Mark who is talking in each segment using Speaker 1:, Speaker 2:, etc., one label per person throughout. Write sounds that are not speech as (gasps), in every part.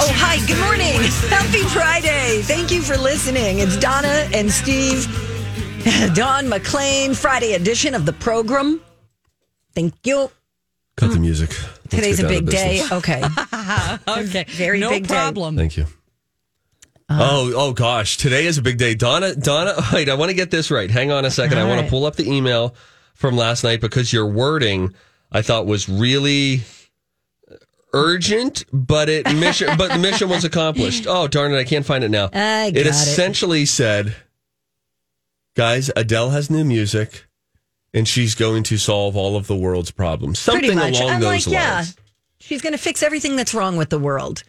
Speaker 1: Oh, hi. Good morning. Happy Friday. Thank you for listening. It's Donna and Steve, (laughs) Don McLean, Friday edition of the program. Thank you.
Speaker 2: Cut the music. Let's
Speaker 1: Today's
Speaker 2: get
Speaker 1: a
Speaker 2: down to
Speaker 1: big day.
Speaker 2: business.
Speaker 1: Okay.
Speaker 3: Okay.
Speaker 1: Very
Speaker 3: no
Speaker 1: big day. Uh-huh.
Speaker 3: problem.
Speaker 2: Thank you. oh, oh gosh, today is a big day, Donna. Donna, (laughs) wait, I want to get this right. Hang on a second. I want to pull up the email from last night because your wording I thought was really urgent,
Speaker 1: (laughs)
Speaker 2: but it mission, but the mission was accomplished. Oh darn it, I can't find it now.
Speaker 1: I got
Speaker 2: it
Speaker 1: it.
Speaker 2: essentially said, guys, Adele has new music, and she's going to solve all of the world's problems. Something
Speaker 1: Pretty much.
Speaker 2: along
Speaker 1: I'm
Speaker 2: those
Speaker 1: like, yeah.
Speaker 2: lines.
Speaker 1: She's going to fix everything that's wrong with the world.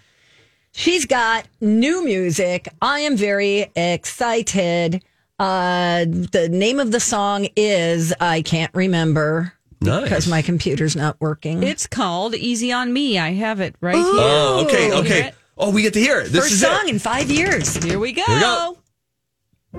Speaker 1: She's got new music. I am very excited. Uh, the name of the song is I can't remember
Speaker 2: Nice.
Speaker 1: because my computer's not working.
Speaker 3: It's called Easy on Me. I have it right
Speaker 2: Oh, okay,
Speaker 3: Ooh.
Speaker 2: okay.
Speaker 3: Hear it?
Speaker 2: Oh, we get to hear it. This
Speaker 1: First
Speaker 2: is
Speaker 1: song
Speaker 2: it.
Speaker 1: in five years.
Speaker 3: here. Here we go.
Speaker 2: we go.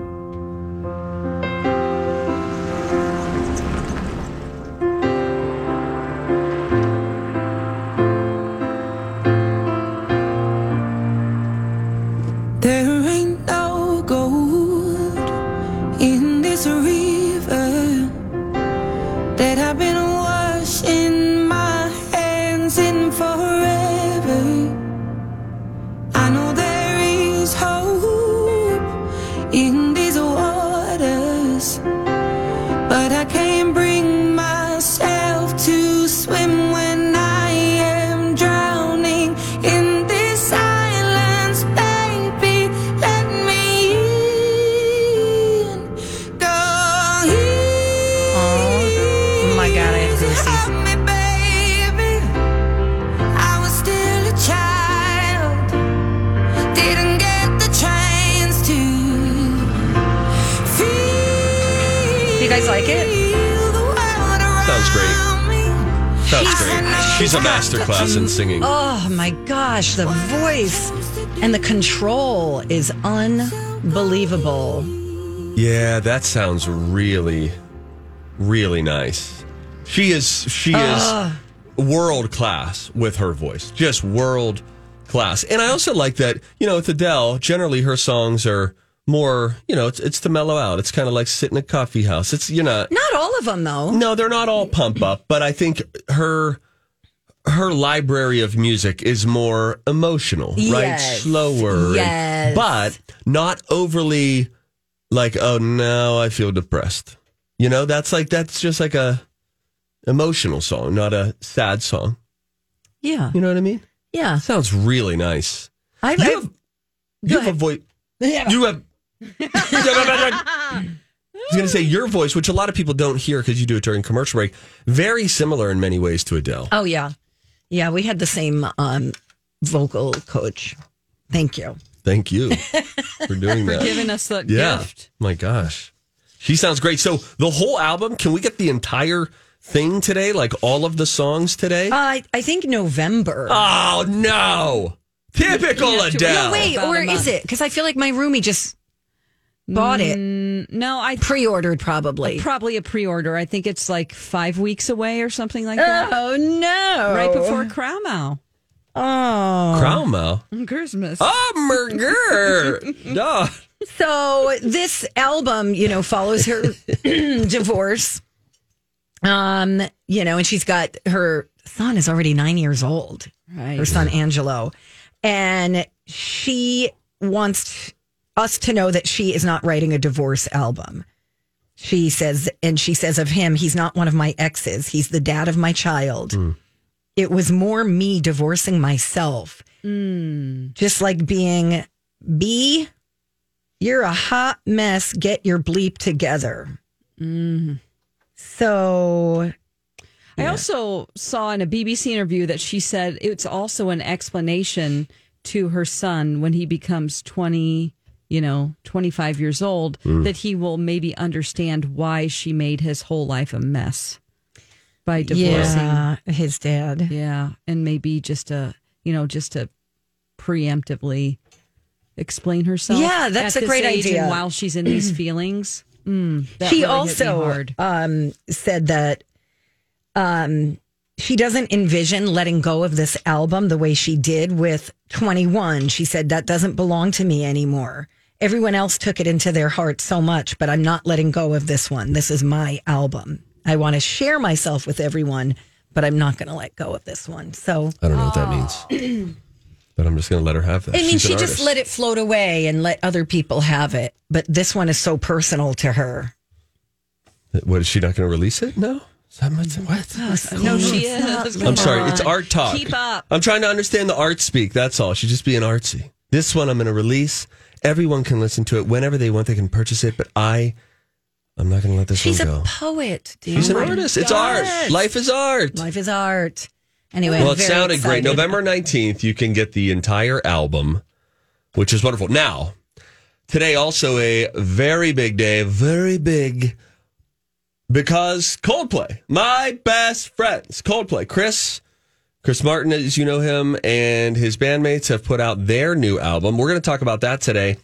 Speaker 4: There ain't no gold in this river that I've been washing my hands in forever. I know there is hope in these waters, but I can't bring myself to swim when I am drowning in this silence, baby. Let me in. Go
Speaker 1: Oh, my God, I have to listen.
Speaker 4: Help me, baby. I was still a child. Didn't get the chance to feel.
Speaker 1: You guys like it?
Speaker 4: the world
Speaker 2: Sounds great.
Speaker 4: around me.
Speaker 2: Sounds great. She's a masterclass in singing.
Speaker 1: Oh my gosh, the voice and the control is unbelievable.
Speaker 2: Yeah, that sounds really, really nice. She is she
Speaker 1: Ah.
Speaker 2: is world class with her voice. Just world class. And I also like that, you know, with Adele, generally her songs are more, you know, it's it's to mellow out. It's kind of like sitting in a coffee house. It's you know,
Speaker 1: Not all of them though.
Speaker 2: no, they're not all pump up, but I think her her library of music is more emotional, right?
Speaker 1: Yes.
Speaker 2: Slower, and-
Speaker 1: Yes.
Speaker 2: but not overly like, oh no, I feel depressed. You know, that's like that's just like a emotional song, not a sad song.
Speaker 1: Yeah.
Speaker 2: You know what I mean?
Speaker 1: Yeah.
Speaker 2: Sounds really nice.
Speaker 1: I,
Speaker 2: You have, you have a
Speaker 3: (laughs)
Speaker 2: voice. You have. I was going to say your voice, which a lot of people don't hear because you do it during commercial break, very similar in many ways to Adele.
Speaker 1: oh yeah. Yeah, we had the same um, vocal coach. Thank you.
Speaker 2: Thank you
Speaker 3: (laughs)
Speaker 2: for doing that.
Speaker 3: Giving us that
Speaker 2: yeah.
Speaker 3: gift.
Speaker 2: My gosh. She sounds great. So the whole album, can we get the entire thing today? Like all of the songs today?
Speaker 1: Uh, I think November.
Speaker 2: oh, no. Typical
Speaker 3: Yeah, to-
Speaker 2: Adele.
Speaker 1: no, wait,
Speaker 3: About
Speaker 1: or
Speaker 3: a month.
Speaker 1: is it? Because I feel like my roomie just bought it,
Speaker 3: No, I
Speaker 1: pre-ordered probably.
Speaker 3: probably a pre-order. I think it's like five weeks away or something like that.
Speaker 1: no!
Speaker 3: Right before Crowmow.
Speaker 1: Oh.
Speaker 2: Cromwell.
Speaker 3: Christmas. (laughs)
Speaker 2: Oh, Merger. Duh.
Speaker 1: So this album, you know, follows her divorce. Um, you know, and she's got her son is already nine years old.
Speaker 3: Right.
Speaker 1: Her son Angelo. and she wants us to know that she is not writing a divorce album. She says, and she says of him, he's not one of my exes. He's the dad of my child. It was more me divorcing myself. Just like being B, you're a hot mess. Get your bleep together. So
Speaker 3: I also saw in a BBC interview that she said it's also an explanation to her son when he becomes 20, you know, 25 years old, that he will maybe understand why she made his whole life a mess by divorcing. Yeah.
Speaker 1: yeah, his dad.
Speaker 3: And maybe just a, you know, just to preemptively explain herself.
Speaker 1: Yeah, that's
Speaker 3: at
Speaker 1: a
Speaker 3: this
Speaker 1: great
Speaker 3: age and
Speaker 1: idea.
Speaker 3: while she's
Speaker 1: (clears throat)
Speaker 3: in these feelings. Mm, that
Speaker 1: she
Speaker 3: really hit me
Speaker 1: also
Speaker 3: hard.
Speaker 1: um, said that um, she doesn't envision letting go of this album the way she did with 21. She said, That doesn't belong to me anymore. Everyone else took it into their heart so much, but I'm not letting go of this one. This is my album. I want to share myself with everyone, but I'm not going to let go of this one. So,
Speaker 2: I don't know what that means, (clears throat) but I'm just going to let her have that.
Speaker 1: I mean,
Speaker 2: She's an
Speaker 1: she just
Speaker 2: artist.
Speaker 1: let it float away and let other people have it. But this one is so personal to her.
Speaker 2: What is she not going to release it? No. Is that much- What?
Speaker 3: No, she
Speaker 1: Oh,
Speaker 3: is.
Speaker 2: I'm sorry. It's art talk.
Speaker 3: Keep up.
Speaker 2: I'm trying to understand the art speak. That's all. She's just being artsy. This one I'm going to release. Everyone can listen to it whenever they want. They can purchase it. But I, I'm not going to let this
Speaker 1: She's
Speaker 2: one
Speaker 1: a
Speaker 2: go.
Speaker 1: poet, dude.
Speaker 2: She's an artist. It's art. Life is art.
Speaker 1: Life is art. Anyway,
Speaker 2: well,
Speaker 1: I'm
Speaker 2: it
Speaker 1: very
Speaker 2: sounded great.
Speaker 1: excited.
Speaker 2: November 19th, you can get the entire album, which is wonderful. Now, today also a very big day, very big, because Coldplay, my best friends, Coldplay, Chris. Chris Martin, as you know him, and his bandmates have put out their new album. We're going to talk about that today.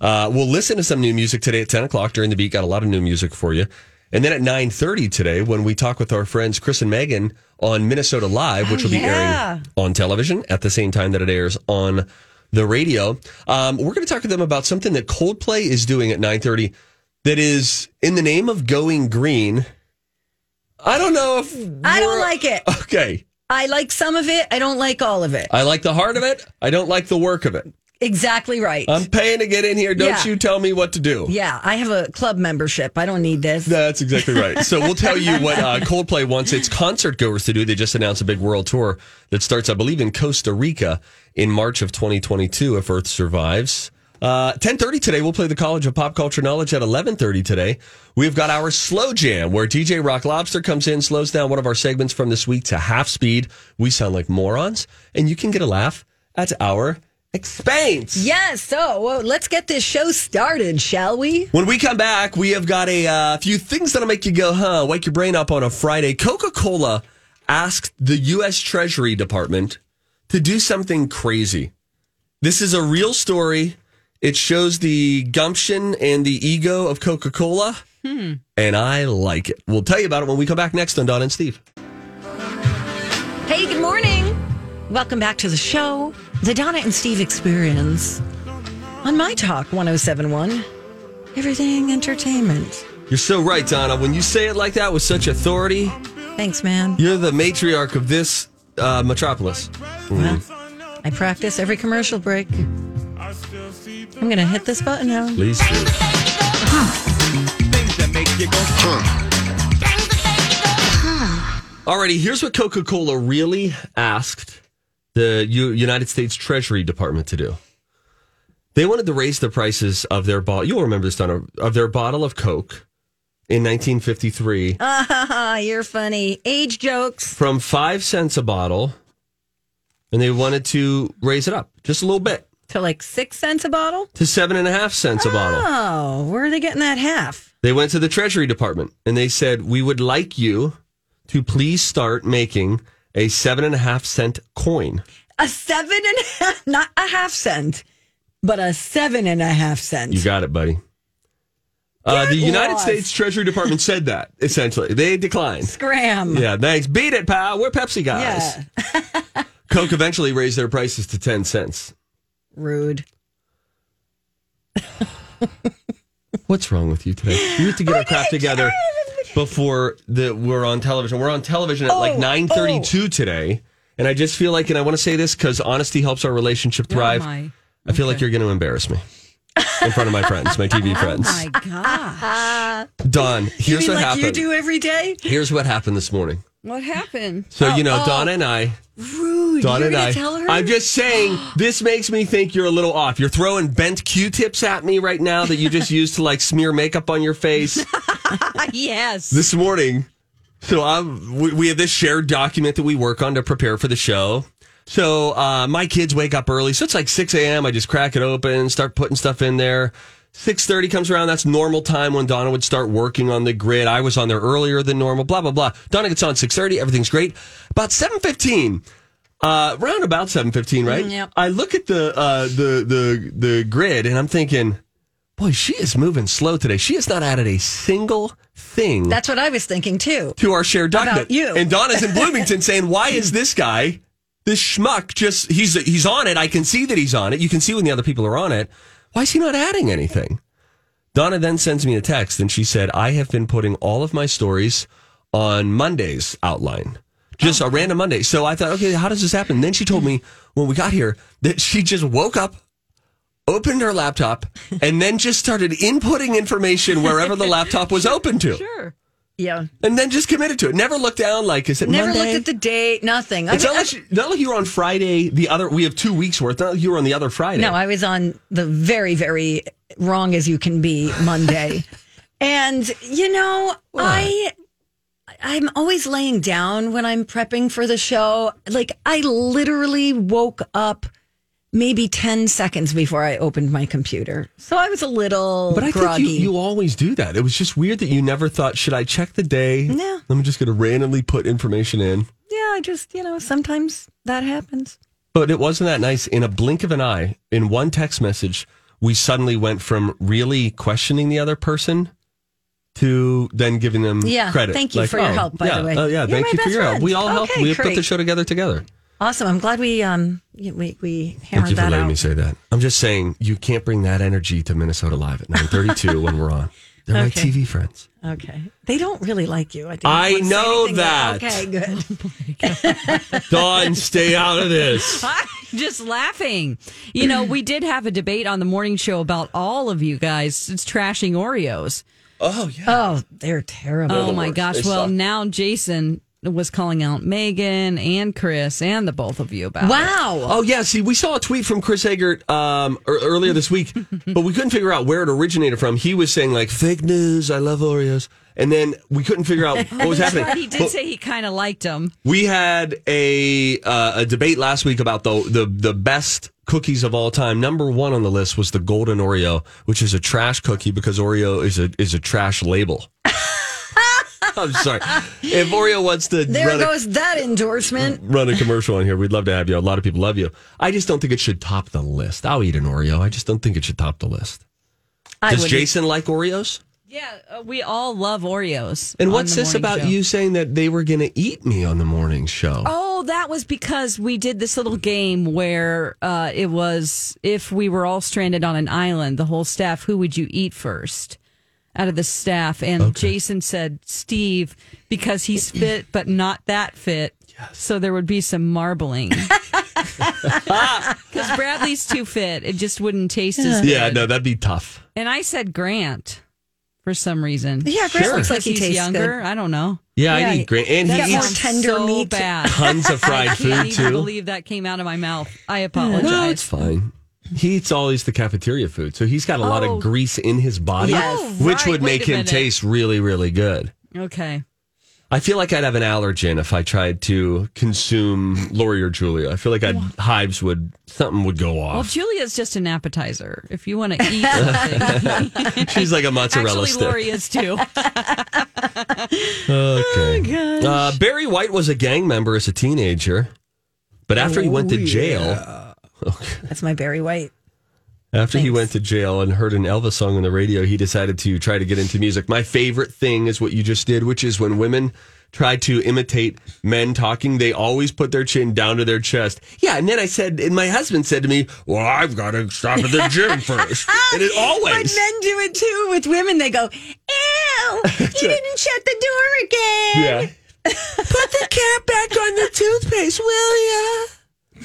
Speaker 2: Uh, we'll listen to some new music today at 10 o'clock during the beat. Got a lot of new music for you. And then at 9.30 today, when we talk with our friends Chris and Megan on Minnesota Live,
Speaker 1: Oh,
Speaker 2: which will be airing on television at the same time that it airs on the radio, um, we're going to talk to them about something that Coldplay is doing at 9.30 that is in the name of going green. I don't know if...
Speaker 1: I don't
Speaker 2: we're-
Speaker 1: like it.
Speaker 2: (laughs) Okay.
Speaker 1: I like some of it. I don't like all of it.
Speaker 2: I like the heart of it. I don't like the work of it.
Speaker 1: Exactly right.
Speaker 2: I'm paying to get in here. Don't
Speaker 1: Yeah.
Speaker 2: you tell me what to do.
Speaker 1: yeah, I have a club membership. I don't need this.
Speaker 2: That's exactly right. So we'll tell you
Speaker 1: (laughs)
Speaker 2: what uh, Coldplay wants its concert goers to do. They just announced a big world tour that starts, I believe, in Costa Rica in March of 2022 if Earth survives. Uh, 10:30 today. We'll play the College of Pop Culture Knowledge at 11:30 today. We've got our slow jam where DJ Rock Lobster comes in, slows down one of our segments from this week to half speed. We sound like morons, and you can get a laugh at our expense.
Speaker 1: Yes, so well, let's get this show started, shall we?
Speaker 2: When we come back, we have got a uh, few things that'll make you go, huh, wake your brain up on a Friday. Coca Cola asked the U.S. Treasury Department to do something crazy. This is a real story. It shows the gumption and the ego of Coca Cola. And I like it. We'll tell you about it when we come back next on Don and Steve.
Speaker 1: Hey, good morning. Welcome back to the show, the Donna and Steve Experience on My Talk 1071. Everything entertainment.
Speaker 2: You're so right, Donna. When you say it like that with such authority,
Speaker 1: Thanks, man.
Speaker 2: you're the matriarch of this uh, metropolis.
Speaker 1: I practice every commercial break. I'm going to hit this button now.
Speaker 2: Please. do. Alrighty, here's what Coca Cola really asked the U- United States Treasury Department to do. They wanted to raise the prices of their bottle. You'll remember this, Donna, of their bottle of Coke in 1953
Speaker 1: Ah, (laughs) you're funny. Age jokes.
Speaker 2: from five cents a bottle, and they wanted to raise it up just a little bit
Speaker 1: To like six cents a bottle?
Speaker 2: to seven and a half cents a bottle.
Speaker 1: Oh, where are they getting that half?
Speaker 2: They went to the Treasury Department and they said, We would like you to please start making a seven and a half cent coin.
Speaker 1: A seven and a half, not a half cent, but a seven and a half cent.
Speaker 2: You got it, buddy. Uh, the
Speaker 1: Get
Speaker 2: United
Speaker 1: lost.
Speaker 2: States Treasury Department said that, essentially. They declined.
Speaker 1: Scram.
Speaker 2: Yeah, thanks. Beat it, pal. We're Pepsi guys.
Speaker 1: Yeah.
Speaker 2: Coke eventually raised their prices to 10 cents.
Speaker 1: Rude.
Speaker 2: What's wrong with you today? We have
Speaker 1: (laughs)
Speaker 2: to
Speaker 1: Oh,
Speaker 2: get our crap together before the, we're on television. We're on television at like
Speaker 1: Oh,
Speaker 2: 9.32 today. And I just feel like, and I want to say this because honesty helps our relationship thrive.
Speaker 3: Oh my.
Speaker 2: I feel like you're going to embarrass me in front of my friends, my
Speaker 1: (laughs)
Speaker 2: TV friends.
Speaker 3: My God.
Speaker 2: Don, here's
Speaker 1: Oh you mean
Speaker 2: what
Speaker 1: like
Speaker 2: happened.
Speaker 1: you do every day?
Speaker 2: Here's what happened this morning.
Speaker 3: What happened?
Speaker 1: Oh,
Speaker 2: So you know, Donna and I.
Speaker 1: Rude. You're
Speaker 2: Donna and
Speaker 1: gonna
Speaker 2: I.
Speaker 1: tell her?
Speaker 2: I'm
Speaker 1: (gasps)
Speaker 2: just saying, this makes me think you're a little off. You're throwing bent Q-tips at me right now that
Speaker 1: (laughs)
Speaker 2: you just used to like smear makeup on your face
Speaker 3: Ah, yes.
Speaker 2: this morning. So I'm, we, we have this shared document that we work on to prepare for the show. So uh, my kids wake up early, so it's like 6 a.m. I just crack it open, start putting stuff in there. 6:30 comes around. That's normal time when Donna would start working on the grid. I was on there earlier than normal. Blah blah blah. Donna gets on 6:30. Everything's great. About 7:15. Uh, round about 7:15, right?
Speaker 1: yep.
Speaker 2: I look at the uh, the the the grid and I'm thinking, boy, she is moving slow today. She has not added a single thing
Speaker 1: That's what I was thinking too.
Speaker 2: to our shared document.
Speaker 1: About you.
Speaker 2: And Donna's in Bloomington saying,
Speaker 1: (laughs)
Speaker 2: "Why is this guy, this schmuck, just he's he's on it? I can see that he's on it. You can see when the other people are on it. Why is he not adding anything?" Donna then sends me a text and she said, "I have been putting all of my stories on Monday's outline."
Speaker 1: Oh.
Speaker 2: Just a random Monday. So I thought, okay, how does this happen? Then she told me when we got here that she just woke up, opened
Speaker 1: (laughs)
Speaker 2: her laptop, and then just started inputting information wherever the laptop was open to
Speaker 3: Sure.
Speaker 1: Yeah.
Speaker 2: and then just committed to it. Never looked down like is it
Speaker 1: Never
Speaker 2: Monday?
Speaker 1: looked at the date, nothing. I
Speaker 2: it's
Speaker 1: mean,
Speaker 2: not, like, you- not like you were on Friday. The other we have two weeks worth. Not like you were on the other Friday.
Speaker 1: No, I was on the very, very wrong as you can be
Speaker 2: (laughs)
Speaker 1: Monday. and you know, I I'm always laying down when I'm prepping for the show. Like I literally woke up maybe 10 seconds before I opened my computer. So I was a little
Speaker 2: but I think
Speaker 1: groggy.
Speaker 2: you, you always do that. It was just weird that you never thought, should I check the day?
Speaker 1: No.
Speaker 2: I'm just going to randomly put information in.
Speaker 1: yeah, I just, you know, sometimes that happens.
Speaker 2: But it wasn't that nice. In a blink of an eye, in one text message, we suddenly went from really questioning the other person to then giving them
Speaker 1: Yeah,
Speaker 2: credit.
Speaker 1: thank you for your help, by the
Speaker 2: yeah,
Speaker 1: way.
Speaker 2: Oh, yeah.
Speaker 1: You're
Speaker 2: thank
Speaker 1: my
Speaker 2: you for
Speaker 1: best
Speaker 2: your help.
Speaker 1: friend.
Speaker 2: We all helped.
Speaker 1: Okay,
Speaker 2: We put the
Speaker 1: great.
Speaker 2: show together together.
Speaker 1: Awesome. I'm glad we um we we hammered
Speaker 2: Thank you for
Speaker 1: that
Speaker 2: letting
Speaker 1: out.
Speaker 2: me say that. I'm just saying you can't bring that energy to Minnesota Live at
Speaker 1: (laughs)
Speaker 2: 9:32 when we're on. They're my
Speaker 1: Okay.
Speaker 2: TV friends.
Speaker 1: Okay. They don't really like you. I, didn't
Speaker 2: I
Speaker 1: wanna say
Speaker 2: know
Speaker 1: anything, but
Speaker 2: that.
Speaker 1: Okay, good.
Speaker 2: Dawn, stay out of
Speaker 1: (laughs)
Speaker 2: this.
Speaker 3: (laughs) I'm just laughing. You know, we did have a debate on the morning show about all of you guys it's trashing Oreos.
Speaker 2: Oh yeah.
Speaker 1: (laughs) Oh, they're terrible.
Speaker 3: Oh
Speaker 2: the
Speaker 3: my
Speaker 2: worst.
Speaker 3: gosh.
Speaker 2: They
Speaker 3: Well,
Speaker 2: suck.
Speaker 3: now Jason was calling out Megan and Chris and the both of you about it.
Speaker 1: Wow.
Speaker 2: Oh yeah. See, we saw a tweet from Chris Egert um, ear- earlier
Speaker 1: (laughs)
Speaker 2: this week, but we couldn't figure out where it originated from. He was saying like fake news. I love Oreos, and then we couldn't
Speaker 1: (laughs)
Speaker 2: figure out what was happening.
Speaker 3: He did
Speaker 2: But-
Speaker 3: say he kind of liked them.
Speaker 2: We had a uh, a debate last week about the, the the best cookies of all time. Number one on the list was the golden Oreo, which is a trash cookie because Oreo is a is a trash label. (laughs) I'm sorry. If Oreo wants to
Speaker 1: there
Speaker 2: run a,
Speaker 1: goes that endorsement.
Speaker 2: run a commercial on here, we'd love to have you. A lot of people love you. I just don't think it should top the list. I'll eat an Oreo. I just don't think it should top the list.
Speaker 1: I
Speaker 2: Does
Speaker 1: would
Speaker 2: Jason like Oreos?
Speaker 3: Yeah, uh, we all love Oreos.
Speaker 2: And
Speaker 3: on
Speaker 2: what's
Speaker 3: the
Speaker 2: this
Speaker 3: morning
Speaker 2: about
Speaker 3: show.
Speaker 2: you saying that they were going to eat me on the morning show?
Speaker 3: Oh, that was because we did this little game where uh, it was if we were all stranded on an island, the whole staff, who would you eat first out of the staff? And Jason said Steve because he's fit, but not that fit. So there would be
Speaker 2: (laughs)
Speaker 3: some marbling. (laughs) Because Bradley's too fit. It just wouldn't taste as good.
Speaker 2: yeah, no, that'd be tough.
Speaker 3: And I said Grant for some reason.
Speaker 1: Yeah, Grant
Speaker 2: Sure.
Speaker 1: looks like
Speaker 3: Because
Speaker 1: he
Speaker 3: he's
Speaker 1: tastes
Speaker 3: younger. I don't know.
Speaker 2: Yeah,
Speaker 1: Yeah,
Speaker 2: I'd eat Grant. And
Speaker 1: that
Speaker 2: he
Speaker 1: more
Speaker 2: eats
Speaker 3: sounds
Speaker 1: tender
Speaker 3: so
Speaker 1: meat.
Speaker 3: (laughs) bad.
Speaker 2: (laughs) tons of fried
Speaker 3: can't
Speaker 2: food
Speaker 3: even
Speaker 2: too.
Speaker 3: believe that came out of my mouth. I
Speaker 2: No, it's
Speaker 3: apologize.
Speaker 2: fine. He eats always the cafeteria food, so he's got a lot
Speaker 3: Oh.
Speaker 2: of grease in his body,
Speaker 3: Yes.
Speaker 2: which
Speaker 3: Right,
Speaker 2: would
Speaker 3: wait
Speaker 2: make
Speaker 3: a
Speaker 2: him
Speaker 3: minute.
Speaker 2: taste really, really good.
Speaker 3: okay.
Speaker 2: I feel like I'd have an allergen if I tried to consume Lori or Julia. I feel like I'd hives would something would go
Speaker 3: Well, (laughs)
Speaker 2: off.
Speaker 3: Julia's just an appetizer. If you want to (laughs) eat
Speaker 2: (laughs)
Speaker 3: something,
Speaker 2: She's like a mozzarella
Speaker 3: actually,
Speaker 2: stick.
Speaker 3: Lori oh is (laughs) too.
Speaker 2: Okay. uh, Barry White was a gang member as a teenager, but after he went to jail,
Speaker 1: good. That's my Barry White.
Speaker 2: After he went to jail and heard an Elvis song on the radio, he decided to try to get into music. My favorite thing is what you just did, which is when women try to imitate men talking, they always put their chin down to their chest. Yeah, and then I said, and my husband said to me, "Well, I've got to stop at the gym first. and it
Speaker 1: But
Speaker 2: always.
Speaker 1: men do it too with women. They go, "Ew, you didn't shut the door again."
Speaker 2: (laughs) yeah. Put the cap back on the toothpaste, will ya?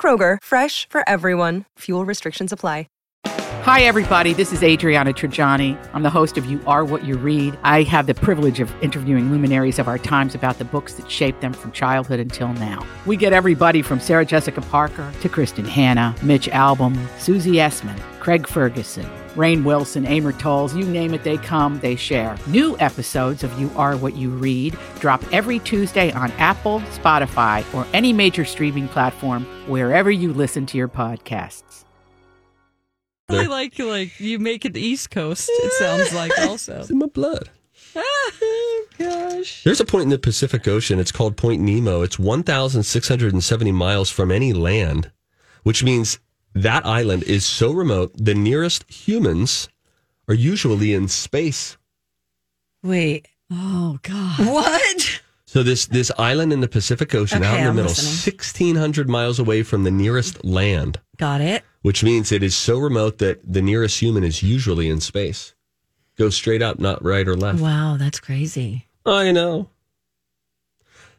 Speaker 5: Kroger, fresh for everyone. Fuel restrictions apply.
Speaker 6: Hi, everybody. This is Adriana Trajani. I'm the host of You Are What You Read. I have the privilege of interviewing luminaries of our times about the books that shaped them from childhood until now. We get everybody from Sarah Jessica Parker to Kristen Hanna, Mitch Albom, Susie Essman, Craig Ferguson, Rain Wilson, Amor Tolls, you name it, they come, they share. New episodes of You Are What You Read drop every Tuesday on Apple, Spotify, or any major streaming platform wherever you listen to your podcasts.
Speaker 3: really like like you make it the East Coast. It sounds like also.
Speaker 2: It's in my blood.
Speaker 1: (laughs)
Speaker 3: oh, gosh.
Speaker 2: There's a point in the Pacific Ocean. It's called Point Nemo. It's 1,670 miles from any land, which means that island is so remote, the nearest humans are usually in space.
Speaker 1: Wait,
Speaker 3: Oh God.
Speaker 1: what?
Speaker 2: So this this island in the Pacific Ocean, out
Speaker 1: Okay,
Speaker 2: in the
Speaker 1: I'm
Speaker 2: middle,
Speaker 1: listening.
Speaker 2: 1,600 miles away from the nearest land,
Speaker 1: Got it.
Speaker 2: which means it is so remote that the nearest human is usually in space. Go straight up, not right or left.
Speaker 1: Wow, that's (laughs) crazy.
Speaker 2: I know.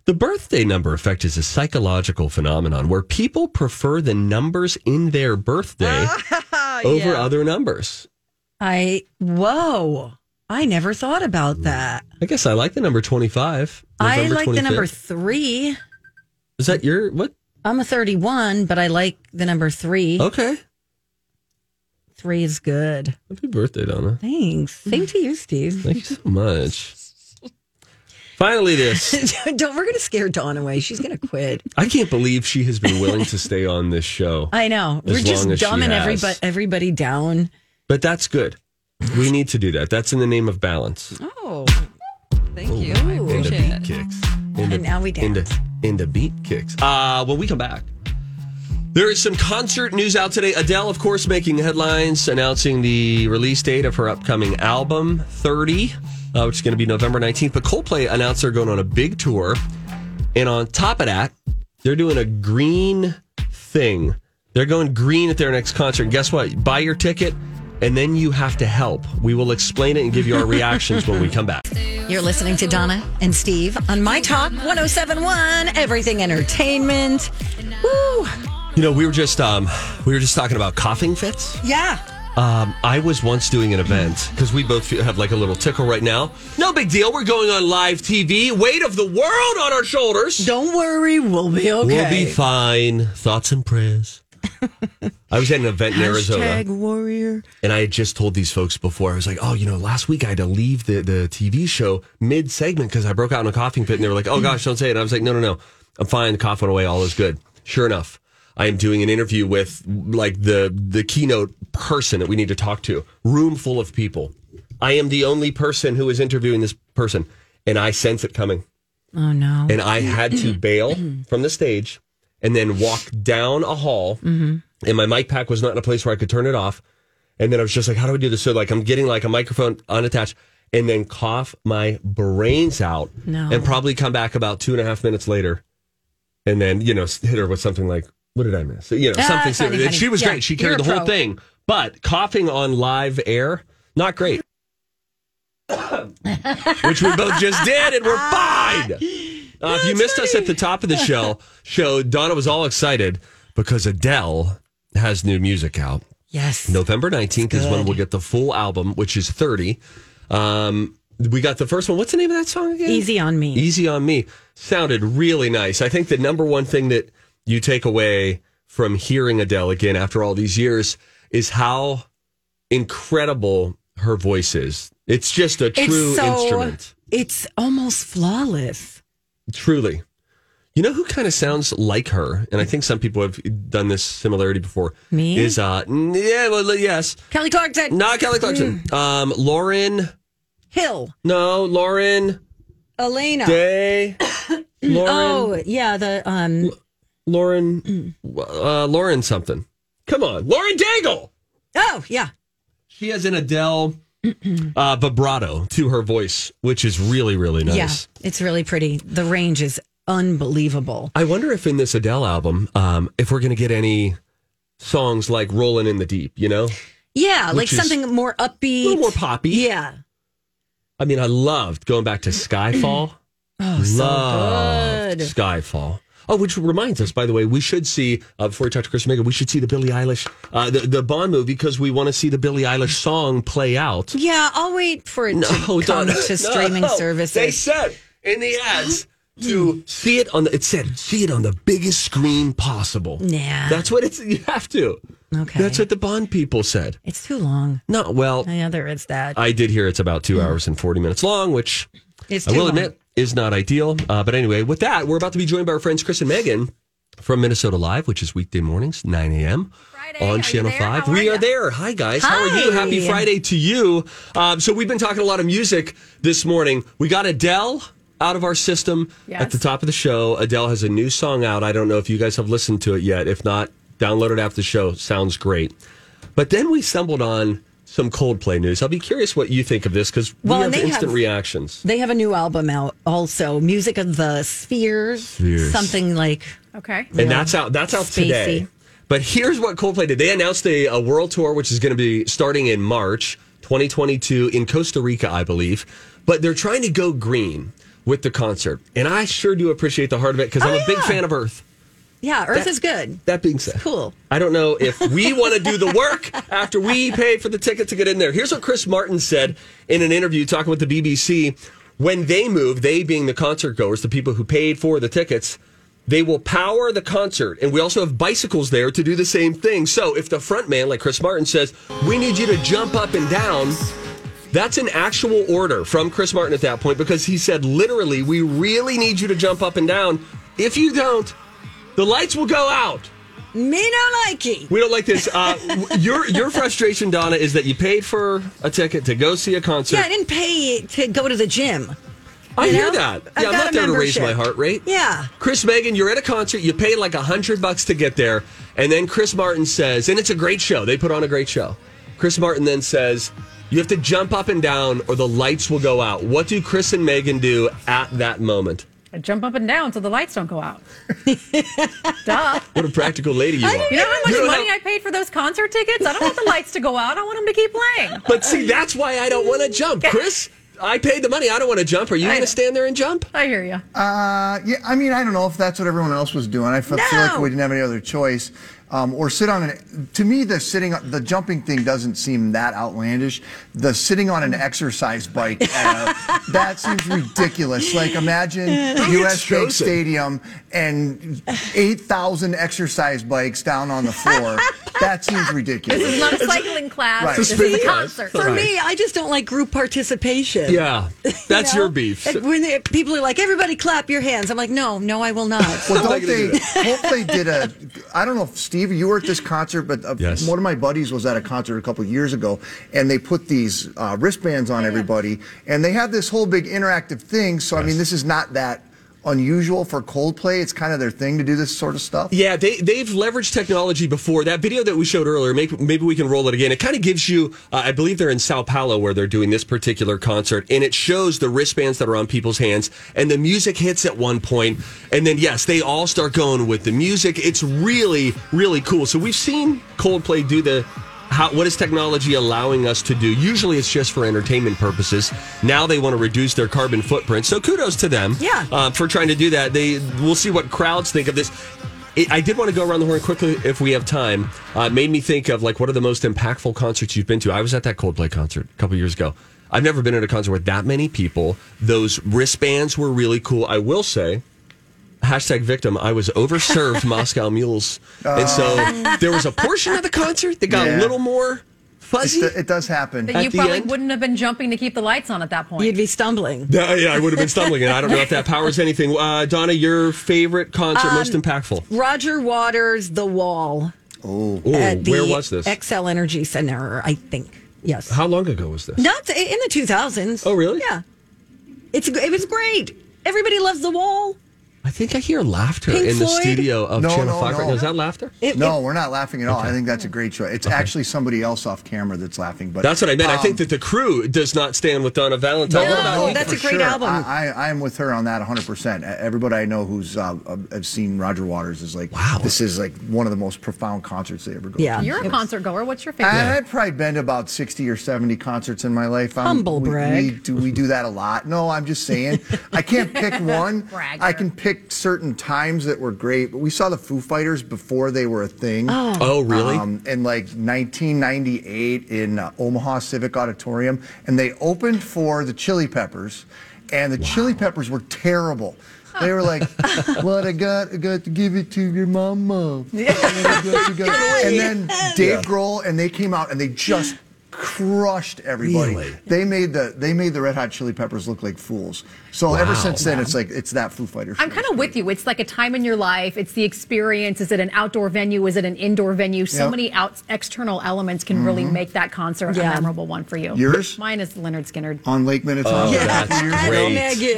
Speaker 2: The birthday number effect is a psychological phenomenon where people prefer the numbers in their birthday
Speaker 1: Ah,
Speaker 2: over other numbers.
Speaker 1: I whoa. I never thought about that.
Speaker 2: I guess I like the number 25.
Speaker 1: I
Speaker 2: November
Speaker 1: like the number
Speaker 2: 25th.
Speaker 1: three.
Speaker 2: is that your what?
Speaker 1: I'm a 31, but I like the number three.
Speaker 2: Okay.
Speaker 1: Three is good.
Speaker 2: Happy birthday, Donna.
Speaker 1: Thanks. Same to you, Steve.
Speaker 2: (laughs) Thank you so
Speaker 1: (laughs)
Speaker 2: much. Finally, this.
Speaker 1: Don't we're gonna scare Dawn away. She's gonna quit.
Speaker 2: I can't believe she has been willing to stay on this show,
Speaker 1: (laughs) I know.
Speaker 2: As
Speaker 1: we're just
Speaker 2: long as she
Speaker 1: dumbing
Speaker 2: has.
Speaker 1: everybody everybody down.
Speaker 2: but that's good. We need to do that. That's in the name of balance.
Speaker 3: Oh. Thank you. I
Speaker 2: into
Speaker 3: appreciate
Speaker 2: beat
Speaker 3: it.
Speaker 2: kicks. Into,
Speaker 1: And now we dance.
Speaker 2: Into, into beat kicks. Uh, when we come back, there is some concert news out today. Adele, of course, making headlines, announcing the release date of her upcoming album, 30, uh, which is going to be November 19th. But Coldplay announced they're going on a big tour. And on top of that, they're doing a green thing. They're going green at their next concert. And guess what? Buy your ticket, and then you have to help. We will explain it and give you our reactions when we come (laughs) back.
Speaker 1: You're listening to Donna and Steve on My Talk 1071, Everything Entertainment. Woo!
Speaker 2: You know, we were just um, we were just talking about coughing fits.
Speaker 1: Yeah.
Speaker 2: Um, I was once doing an event because we both feel, have like a little tickle right now. No big deal. We're going on live TV. Weight of the world on our shoulders.
Speaker 1: Don't worry, we'll be okay.
Speaker 2: We'll be fine. Thoughts and prayers. I was at an event in Arizona.
Speaker 1: warrior.
Speaker 2: And I had just told these folks before, I was like, oh, you know, last week I had to leave the, the TV show mid segment because I broke out in a coughing fit. And they were like, oh gosh, don't say it. And I was like, no, no, no. I'm fine. The cough went away. All is good. Sure enough, I am doing an interview with like the, the keynote person that we need to talk to, room full of people. I am the only person who is interviewing this person. And I sense it coming
Speaker 1: Oh no.
Speaker 2: and I had
Speaker 1: (clears throat)
Speaker 2: to bail from the stage and then walk down a hall.
Speaker 1: Mm-hmm.
Speaker 2: And my mic pack was not in a place where I could turn it off. And then I was just like, how do I do this? So like I'm getting like a microphone unattached and then cough my brains out
Speaker 1: No.
Speaker 2: and probably come back about two and a half minutes later. And then, you know, s- hit her with something like, what did I miss? So, you know,
Speaker 1: Ah,
Speaker 2: something.
Speaker 1: funny,
Speaker 2: similar. And
Speaker 1: funny.
Speaker 2: She was
Speaker 1: Yeah,
Speaker 2: great. She
Speaker 1: you're
Speaker 2: carried
Speaker 1: a
Speaker 2: the whole
Speaker 1: pro.
Speaker 2: thing, but coughing on live air,
Speaker 1: (coughs)
Speaker 2: not great. Which we both just did, and we're
Speaker 1: (laughs)
Speaker 2: fine. Uh, if you missed us at the top of the show, show Donna was all excited because Adele has new music out.
Speaker 1: yes.
Speaker 2: November nineteenth is when we'll get the full album, which is thirty. Um, we got the first one. What's the name of that song again?
Speaker 1: Easy on me.
Speaker 2: Easy on me sounded really nice. I think the number one thing that you take away from hearing Adele again after all these years is how incredible her voice is. It's just a true instrument.
Speaker 1: It's almost flawless.
Speaker 2: Truly. You know who kind of sounds like her, and I think some people have done this similarity before.
Speaker 1: Me?
Speaker 2: is uh n- yeah well yes
Speaker 1: Kelly Clarkson.
Speaker 2: not Kelly Clarkson.
Speaker 1: Hmm.
Speaker 2: Um, Lauren
Speaker 1: Hill.
Speaker 2: no Lauren
Speaker 1: (clears throat) Elena.
Speaker 2: Day Lauren,
Speaker 1: Oh, Mm. yeah. The um.
Speaker 2: Lauren, uh, Lauren something. Come on, Lauren Daigle.
Speaker 1: Oh, yeah.
Speaker 2: She has an Adele uh, vibrato to her voice, which is really, really nice.
Speaker 1: Yeah. It's really pretty. The range is unbelievable.
Speaker 2: I wonder if in this Adele album, um, if we're going to get any songs like "Rolling in the Deep," you know,
Speaker 1: Yeah, like
Speaker 2: Which is
Speaker 1: something more upbeat,
Speaker 2: a little more poppy.
Speaker 1: Yeah.
Speaker 2: I mean, I loved going back
Speaker 1: (clears throat)
Speaker 2: to Skyfall. oh,
Speaker 1: good.
Speaker 2: loved Skyfall. Oh, which reminds us, by the way, we should see uh, before we talk to Chris Mega, we should see the Billie Eilish, uh, the the Bond movie, because we want to see the Billie Eilish song play out.
Speaker 1: Yeah, I'll wait for it to come
Speaker 2: (laughs) Donna,
Speaker 1: to streaming
Speaker 2: no.
Speaker 1: services.
Speaker 2: They said in the ads to see it on the. It said see it on the biggest screen possible.
Speaker 1: Nah.
Speaker 2: that's what it's. You have to.
Speaker 1: Okay.
Speaker 2: That's what the Bond people said.
Speaker 1: it's too long.
Speaker 2: Not well.
Speaker 1: Yeah, there is that.
Speaker 2: I did hear it's about two hours and forty minutes long, which
Speaker 1: It's
Speaker 2: I
Speaker 1: too
Speaker 2: will
Speaker 1: long.
Speaker 2: admit is not ideal. Uh, but anyway, with that, we're about to be joined by our friends Chris and Megan from Minnesota Live, which is weekday mornings, 9 a.m. on Channel 5. we are there. Hi, guys. How are you?
Speaker 1: Hi.
Speaker 2: Happy Friday to you. Um, so we've been talking a lot of music this morning. We got Adele out of our system at the top of the show. Adele has a new song out. I don't know if you guys have listened to it yet. If not, download it after the show. Sounds great. But then we stumbled on some Coldplay news. I'll be curious what you think of this because
Speaker 1: Well,
Speaker 2: we have
Speaker 1: and they
Speaker 2: instant
Speaker 1: have-
Speaker 2: reactions.
Speaker 1: They have a new album out also, Music of the Spheres,
Speaker 2: Spheres.
Speaker 1: something like
Speaker 7: Okay.
Speaker 2: and that's out that's out today.
Speaker 1: Spacey.
Speaker 2: But here's what Coldplay did. They announced a, a world tour which is going to be starting in March 2022 in Costa Rica, I believe. But they're trying to go green with the concert, and I sure do appreciate the heart of it
Speaker 1: Oh,
Speaker 2: because I'm a big fan of Earth.
Speaker 1: Yeah, Earth
Speaker 2: That-
Speaker 1: is good.
Speaker 2: That being said,
Speaker 1: Cool.
Speaker 2: I don't know if we want to do the work after we pay for the ticket to get in there. Here's what Chris Martin said in an interview talking with the BBC. When they move, they being the concert goers, the people who paid for the tickets, they will power the concert. And we also have bicycles there to do the same thing. So if the front man, like Chris Martin, says, we need you to jump up and down, that's an actual order from Chris Martin at that point because he said, literally, we really need you to jump up and down. If you don't, the lights will go out.
Speaker 1: Me no likey.
Speaker 2: We don't like this. Uh, w- your your frustration, Donna, is that you paid for a ticket to go see a concert.
Speaker 1: Yeah, I didn't pay to go to the gym.
Speaker 2: I
Speaker 1: you
Speaker 2: hear
Speaker 1: know,
Speaker 2: that.
Speaker 1: I've
Speaker 2: Yeah,
Speaker 1: got
Speaker 2: I'm not
Speaker 1: a
Speaker 2: there to raise
Speaker 1: membership.
Speaker 2: my heart rate.
Speaker 1: Yeah.
Speaker 2: Chris Megan, you're at a concert. You pay like a hundred bucks to get there, and then Chris Martin says, and it's a great show. They put on a great show. Chris Martin then says, you have to jump up and down, or the lights will go out. What do Chris and Megan do at that moment?
Speaker 7: I jump up and down so the lights don't go out. Duh.
Speaker 2: What a practical lady you are.
Speaker 7: You know how much
Speaker 2: don't
Speaker 7: money
Speaker 2: have-
Speaker 7: I paid for those concert tickets? I don't want the lights to go out. I want them to keep playing.
Speaker 2: But see, that's why I don't want to jump, Chris. I paid the money. I don't want to jump. Are you going to
Speaker 7: know.
Speaker 2: stand there and jump?
Speaker 7: I hear you.
Speaker 8: Uh, yeah, I mean, I don't know if that's what everyone else was doing. I f- feel like we didn't have any other choice. Um, or sit on an. To me, the sitting, the jumping thing doesn't seem that outlandish. The sitting on an exercise bike,
Speaker 4: (laughs)
Speaker 8: uh, that seems ridiculous. Like imagine U.S. Bank
Speaker 2: strokes it.
Speaker 8: Stadium and eight thousand exercise bikes down on the floor.
Speaker 7: (laughs)
Speaker 8: That seems ridiculous.
Speaker 7: This is not a cycling class.
Speaker 8: Right.
Speaker 7: This
Speaker 2: It's a
Speaker 7: is a
Speaker 2: spin class.
Speaker 7: concert.
Speaker 1: For
Speaker 2: Right.
Speaker 1: me, I just don't like group participation.
Speaker 7: (laughs)
Speaker 2: Yeah, that's
Speaker 1: You know?
Speaker 2: your beef.
Speaker 1: Like, When they, people are like, everybody clap your hands. I'm like, no, no, I will
Speaker 2: (laughs)
Speaker 1: not.
Speaker 8: Well, don't
Speaker 2: I'm not gonna
Speaker 8: they?
Speaker 2: do
Speaker 8: hope they did a. I don't know if Steve, you were at this concert, but uh,
Speaker 2: Yes.
Speaker 8: one of my buddies was at a concert a couple years ago, and they put these uh, wristbands on everybody, and they have this whole big interactive thing. So I mean, this is not that unusual for Coldplay. It's kind of their thing to do this sort of stuff.
Speaker 2: Yeah, they they've leveraged technology before. That video that we showed earlier, maybe, maybe we can roll it again. It kind of gives you, uh, I believe they're in Sao Paulo where they're doing this particular concert, and it shows the wristbands that are on people's hands, and the music hits at one point, and then yes, they all start going with the music. It's really really cool. So we've seen Coldplay do the. How, what is technology allowing us to do? Usually it's just for entertainment purposes. Now they want to reduce their carbon footprint. So kudos to them
Speaker 1: Yeah.
Speaker 2: uh, for trying to do that. They we'll see what crowds think of this. It, I did want to go around the horn quickly if we have time. Uh, it made me think of like what are the most impactful concerts you've been to? I was at that Coldplay concert a couple years ago. I've never been at a concert with that many people. Those wristbands were really cool. I will say, hashtag victim. I was
Speaker 8: (laughs)
Speaker 2: overserved Moscow mules, and so there was a portion of the concert that got a
Speaker 8: Uh. Yeah.
Speaker 2: little more fuzzy.
Speaker 8: It, it does happen.
Speaker 7: That
Speaker 2: At
Speaker 7: you
Speaker 2: the
Speaker 7: probably
Speaker 2: end?
Speaker 7: wouldn't have been jumping to keep the lights on at that point.
Speaker 1: You'd be stumbling.
Speaker 2: Yeah, Uh, yeah, I would have been stumbling, and I don't know if that powers anything. Uh, Donna, your favorite
Speaker 8: Um,
Speaker 2: concert, most impactful?
Speaker 1: Roger Waters, The Wall.
Speaker 2: Ooh,
Speaker 1: at the
Speaker 2: where was this?
Speaker 1: XL Energy Center, I think. Yes.
Speaker 2: How long ago was this?
Speaker 1: Not in the 2000s.
Speaker 2: Oh, really?
Speaker 1: Yeah. It's it was great. Everybody loves the wall.
Speaker 2: I think I hear laughter
Speaker 1: Pink
Speaker 2: in the
Speaker 1: Floyd?
Speaker 2: studio of
Speaker 8: No,
Speaker 2: Channel
Speaker 8: no,
Speaker 2: 5. right
Speaker 8: no.
Speaker 2: now. Is that laughter?
Speaker 8: no, we're not laughing at all. I think that's a great choice. It's actually somebody else off camera that's laughing. But
Speaker 2: That's what I meant. I
Speaker 8: um,
Speaker 2: think that the crew does not stand with Donna Valentine.
Speaker 1: No,
Speaker 2: What about
Speaker 1: no,
Speaker 2: you?
Speaker 1: that's
Speaker 8: for
Speaker 1: a great album.
Speaker 8: I, I, I'm with her on that 100%. E- Everybody I know who's uh, uh, have seen Roger Waters is like, wow, this is like one of the most profound concerts they ever go
Speaker 1: Yeah.
Speaker 8: to.
Speaker 7: You're a concert goer. What's your favorite?
Speaker 8: I- I've probably been to about 60 or 70 concerts in my life. I'm,
Speaker 1: Humble
Speaker 8: we,
Speaker 1: brag.
Speaker 8: We do, we do that a lot. No, I'm just saying. I can't pick one.
Speaker 7: Bragger.
Speaker 8: I can pick certain times that were great, but we saw the Foo Fighters before they were a thing.
Speaker 2: Oh, really?
Speaker 8: Um, in like 1998 in uh, Omaha Civic Auditorium, and they opened for the Chili Peppers, and the Chili Peppers were terrible. They were
Speaker 2: (laughs)
Speaker 8: like, "What I got, I got to give it to your mama." What I got, you got- and then Dave Grohl, and they came out and they just crushed everybody.
Speaker 2: Really?
Speaker 8: They made the they made the Red Hot Chili Peppers look like fools. So ever
Speaker 2: Wow.
Speaker 8: since then, it's like it's that Foo Fighters.
Speaker 7: I'm kind of with you. It's like a time in your life. It's the experience. Is it an outdoor venue? Is it an indoor venue? So
Speaker 8: Yeah.
Speaker 7: many out- external elements can really
Speaker 8: Mm-hmm.
Speaker 7: make that concert
Speaker 1: Yeah.
Speaker 7: a memorable one for you.
Speaker 8: Yours?
Speaker 7: Mine is Leonard Skinner.
Speaker 8: on Lake Minnetonka.
Speaker 2: Yeah.
Speaker 8: a couple
Speaker 2: Oh, That's
Speaker 8: years ago.
Speaker 2: great.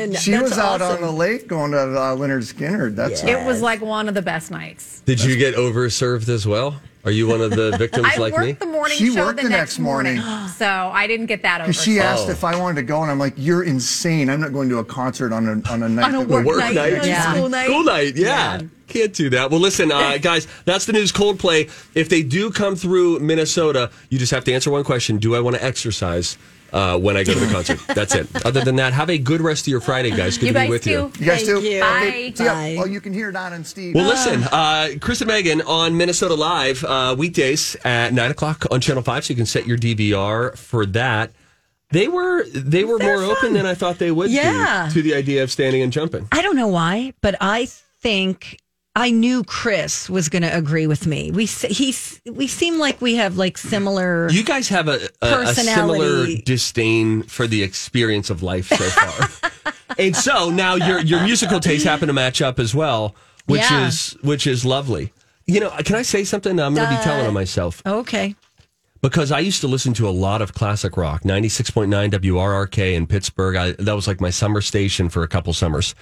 Speaker 1: Megan,
Speaker 8: She
Speaker 1: that's
Speaker 8: was out
Speaker 1: awesome.
Speaker 8: on the lake going to uh, Leonard Skinner. That's
Speaker 1: Yeah.
Speaker 7: It was like one of the best nights.
Speaker 2: Did you get overserved as well? Are you one of the victims
Speaker 7: I
Speaker 2: like
Speaker 7: worked
Speaker 2: me?
Speaker 7: the morning
Speaker 8: She
Speaker 7: show
Speaker 8: worked
Speaker 7: the
Speaker 8: the
Speaker 7: next
Speaker 8: next morning.
Speaker 7: (gasps) so I didn't get that over.
Speaker 8: because she asked
Speaker 2: Oh.
Speaker 8: if I wanted to go, and I'm like, "You're insane! I'm not going to a concert on a on a night
Speaker 7: a
Speaker 8: that we're-
Speaker 7: work
Speaker 2: Work
Speaker 7: night,
Speaker 2: night,
Speaker 7: yeah.
Speaker 2: school night, school night. Yeah. can't do that. Well, listen, uh, guys, that's the news. Coldplay. If they do come through Minnesota, you just have to answer one question: Do I want to exercise uh, when I go to the concert? That's it. Other than that, have a good rest of your Friday, guys. Good
Speaker 7: You
Speaker 2: to
Speaker 7: guys
Speaker 2: be with you.
Speaker 7: too.
Speaker 8: You guys
Speaker 1: Thank
Speaker 8: too.
Speaker 1: you.
Speaker 8: Okay,
Speaker 7: Bye.
Speaker 8: see ya.
Speaker 1: Bye.
Speaker 8: Oh, you can hear Don and Steve.
Speaker 2: Well, listen, uh, Chris and Megan on Minnesota Live uh, weekdays at nine o'clock on Channel Five, so you can set your DVR for that. They were they were more open than I thought they would
Speaker 1: Yeah.
Speaker 2: be to the idea of standing and jumping.
Speaker 1: I don't know why, but I think I knew Chris was going to agree with me. We s- he s- we seem like we have like similar.
Speaker 2: You guys have a, a, a similar
Speaker 1: Personality.
Speaker 2: disdain for the experience of life so
Speaker 1: (laughs)
Speaker 2: far, and so now your your musical tastes happen to match up as well, which
Speaker 7: Yeah.
Speaker 2: is which is lovely. You know, can I say something? I'm going to be
Speaker 1: Uh,
Speaker 2: telling on myself.
Speaker 1: okay.
Speaker 2: because I used to listen to a lot of classic rock, 96.9 WRRK in Pittsburgh. I, that was like my summer station for a couple summers.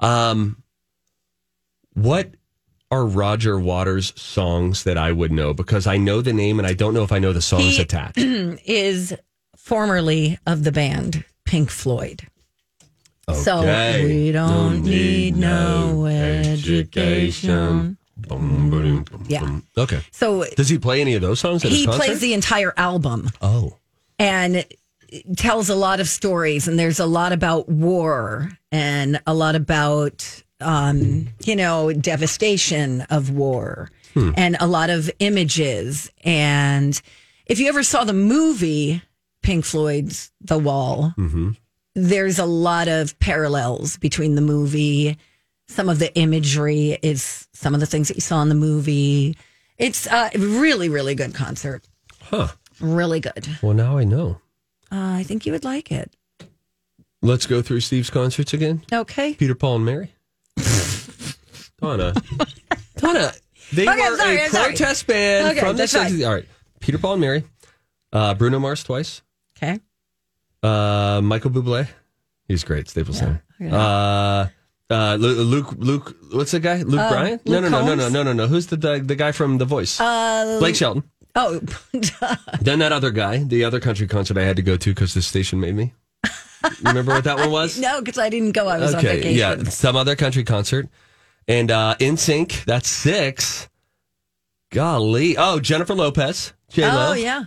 Speaker 2: Um, what are Roger Waters' songs that I would know? Because I know the name and I don't know if I know the songs
Speaker 1: He-
Speaker 2: attached.
Speaker 1: Is formerly of the band Pink Floyd. (clears throat) So
Speaker 2: Okay.
Speaker 1: we don't need no education.
Speaker 2: Boom, boom, boom,
Speaker 1: Yeah.
Speaker 2: boom. Okay.
Speaker 1: So
Speaker 2: Does he play any of those songs at his
Speaker 1: he
Speaker 2: concert?
Speaker 1: plays the entire album.
Speaker 2: oh.
Speaker 1: and tells a lot of stories and there's a lot about war and a lot about um you know devastation of war and a lot of images and if you ever saw the movie Pink Floyd's The Wall there's a lot of parallels between the movie some of the imagery is some of the things that you saw in the movie it's a really really good concert
Speaker 2: Huh.
Speaker 1: really good
Speaker 2: Well, now I know.
Speaker 1: uh, I think you would like it.
Speaker 2: Let's go through Steve's concerts again.
Speaker 1: Okay.
Speaker 2: Peter, Paul, and
Speaker 1: (laughs)
Speaker 2: Mary. Donna. Donna. They
Speaker 1: Okay, I'm
Speaker 2: were
Speaker 1: sorry,
Speaker 2: a
Speaker 1: I'm sorry.
Speaker 2: protest band
Speaker 1: Okay,
Speaker 2: from the
Speaker 1: that's fine.
Speaker 2: 60s. All right. Peter, Paul, and Mary. Uh, Bruno Mars twice.
Speaker 1: Okay.
Speaker 2: Uh, Michael Bublé. He's great. Staples Center. Uh, uh, Lu- Luke, Luke, what's the guy? Luke Bryan? No, no,
Speaker 1: Uh, Luke
Speaker 2: no, no, no,
Speaker 1: Combs?
Speaker 2: no, no, no. Who's the the, the guy from The Voice?
Speaker 1: Uh,
Speaker 2: Blake
Speaker 1: (laughs)
Speaker 2: Shelton.
Speaker 1: oh,
Speaker 2: Then that other guy, the other country concert I had to go to because this station
Speaker 1: (laughs)
Speaker 2: made me. Remember what that one was?
Speaker 1: no, because I didn't go. I was on
Speaker 2: okay,
Speaker 1: vacation.
Speaker 2: yeah, some other country concert, and uh in sync. That's six. Golly! Oh, Jennifer Lopez, J Lo.
Speaker 1: Oh, yeah.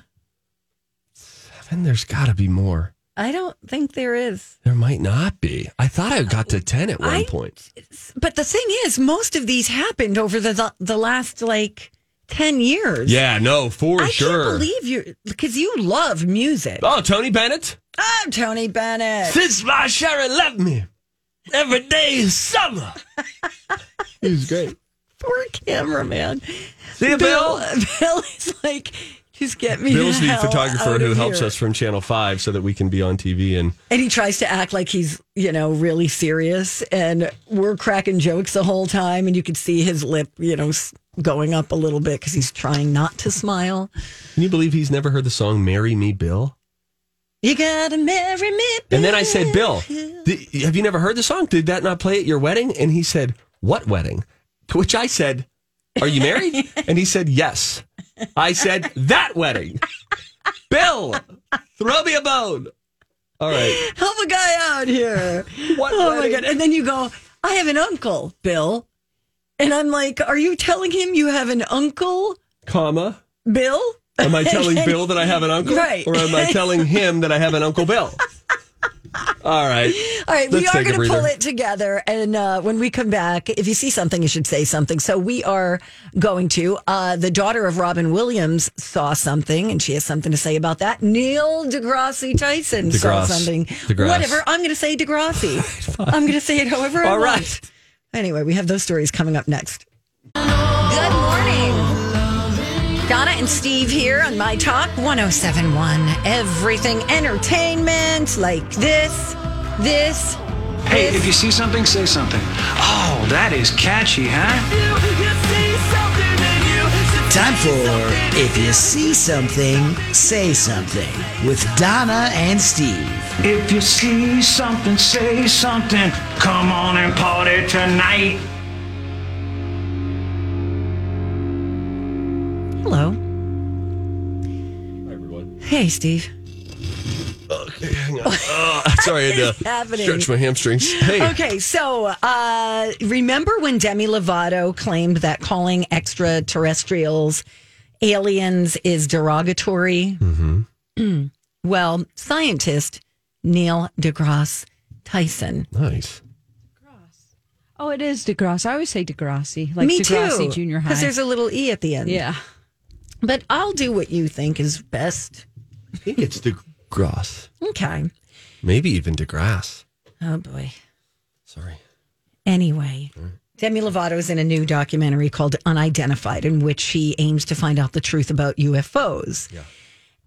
Speaker 2: Then there's got to be more.
Speaker 1: I don't think there is.
Speaker 2: There might not be. I thought I got to ten at one
Speaker 1: I-
Speaker 2: point.
Speaker 1: But the thing is, most of these happened over the the, the last like 10 years.
Speaker 2: Yeah, no, for
Speaker 1: I
Speaker 2: sure.
Speaker 1: can't believe you because you love music.
Speaker 2: oh, Tony Bennett.
Speaker 1: I'm Tony
Speaker 2: (laughs)
Speaker 1: Bennett.
Speaker 2: Since my Sherry left me, every day is
Speaker 1: (laughs)
Speaker 2: summer. he was great.
Speaker 1: Poor cameraman.
Speaker 2: See you,
Speaker 1: Bill,
Speaker 2: Bill.
Speaker 1: (laughs) Bill is like, just get me.
Speaker 2: Bill's
Speaker 1: the,
Speaker 2: the
Speaker 1: hell
Speaker 2: photographer
Speaker 1: out
Speaker 2: who
Speaker 1: of
Speaker 2: helps
Speaker 1: here.
Speaker 2: us from Channel Five so that we can be on TV and.
Speaker 1: And he tries to act like he's, you know, really serious. And we're cracking jokes the whole time. And you could see his lip, you know, s- going up a little bit because he's trying not to smile.
Speaker 2: Can you believe he's never heard the song "Marry Me, Bill"?
Speaker 1: You gotta marry me.
Speaker 2: And then I said, Bill, th- have you never heard the song? Did that not play at your wedding? And he said, What wedding? To which I said, Are
Speaker 1: (laughs)
Speaker 2: you married? and he said, Yes. I said, That wedding. Bill, throw me a bone. All right.
Speaker 1: help a guy out
Speaker 2: (laughs)
Speaker 1: here.
Speaker 2: What
Speaker 1: oh my
Speaker 2: wedding?
Speaker 1: god! And then you go, I have an uncle, Bill, and I'm like, are you telling him you have an uncle,
Speaker 2: Comma.
Speaker 1: Bill?
Speaker 2: Am
Speaker 1: (laughs)
Speaker 2: I telling Bill that I have an uncle?
Speaker 1: Right.
Speaker 2: Or am I telling him that I have an Uncle Bill? All right.
Speaker 1: All right,
Speaker 2: Let's
Speaker 1: we are
Speaker 2: take a
Speaker 1: going to pull
Speaker 2: breather.
Speaker 1: it together, and uh, when we come back, if you see something, you should say something. So we are going to. Uh, the daughter of Robin Williams saw something, and she has something to say about that. Neil deGrasse Tyson saw
Speaker 2: DeGrasse.
Speaker 1: something.
Speaker 2: DeGrasse.
Speaker 1: Whatever. I'm going to say
Speaker 2: (laughs)
Speaker 1: deGrasse. I'm going to say it however. I
Speaker 2: All
Speaker 1: want.
Speaker 2: right.
Speaker 1: Anyway, we have those stories coming up next. Good morning. Donna and Steve here on My Talk 1071. Everything entertainment like this, this.
Speaker 9: Hey,
Speaker 1: this.
Speaker 9: if you see something, say something. Oh, that is catchy, huh?
Speaker 10: Time for If You See Something, Say Something with Donna and Steve.
Speaker 9: If you see something, say something. Come on and party tonight.
Speaker 1: Hello. Hey, Steve.
Speaker 2: Okay, hang on. Oh, sorry, I had
Speaker 1: is
Speaker 2: to
Speaker 1: happening?
Speaker 2: stretch my hamstrings. Hey.
Speaker 1: Okay, so uh, remember when Demi Lovato claimed that calling extraterrestrials aliens is derogatory? Mm-hmm. (clears throat) well, scientist Neil deGrasse Tyson.
Speaker 2: Nice.
Speaker 3: Oh, it is DeGrasse. I always say DeGrasse, like
Speaker 1: Me
Speaker 3: DeGrasse
Speaker 1: too.
Speaker 3: Junior High.
Speaker 1: Because there's a little E at the end.
Speaker 3: yeah.
Speaker 1: But I'll do what you think is best.
Speaker 2: I think it's DeGrasse.
Speaker 1: Okay.
Speaker 2: Maybe even DeGrasse.
Speaker 1: Oh, boy.
Speaker 2: Sorry.
Speaker 1: Anyway, Demi Lovato is in a new documentary called Unidentified, in which she aims to find out the truth about UFOs.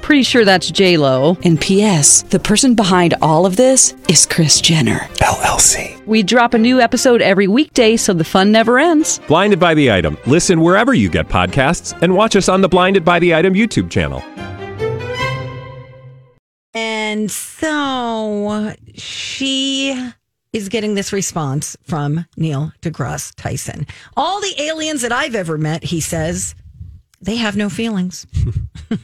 Speaker 3: Pretty sure that's J Lo.
Speaker 11: And P.S. The person behind all of this is Chris Jenner.
Speaker 12: LLC.
Speaker 3: We drop a new episode every weekday, so the fun never ends.
Speaker 12: Blinded by the item. Listen wherever you get podcasts, and watch us on the Blinded by the Item YouTube channel.
Speaker 1: and so she is getting this response from Neil deGrasse Tyson. All the aliens that I've ever met, he says, they have no feelings. (laughs)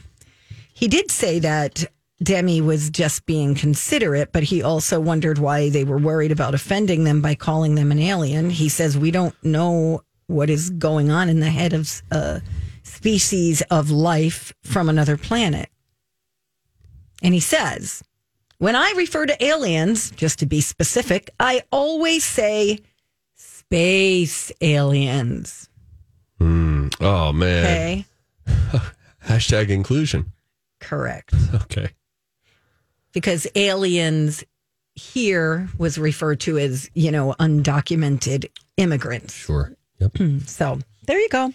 Speaker 1: he did say that Demi was just being considerate, but he also wondered why they were worried about offending them by calling them an alien. He says, We don't know what is going on in the head of a species of life from another planet. And he says, When I refer to aliens, just to be specific, I always say space aliens.
Speaker 2: Oh, man.
Speaker 1: Okay.
Speaker 2: Hashtag inclusion.
Speaker 1: Correct.
Speaker 2: Okay.
Speaker 1: because aliens here was referred to as, you know, undocumented immigrants.
Speaker 2: Sure. Yep.
Speaker 1: So there you go.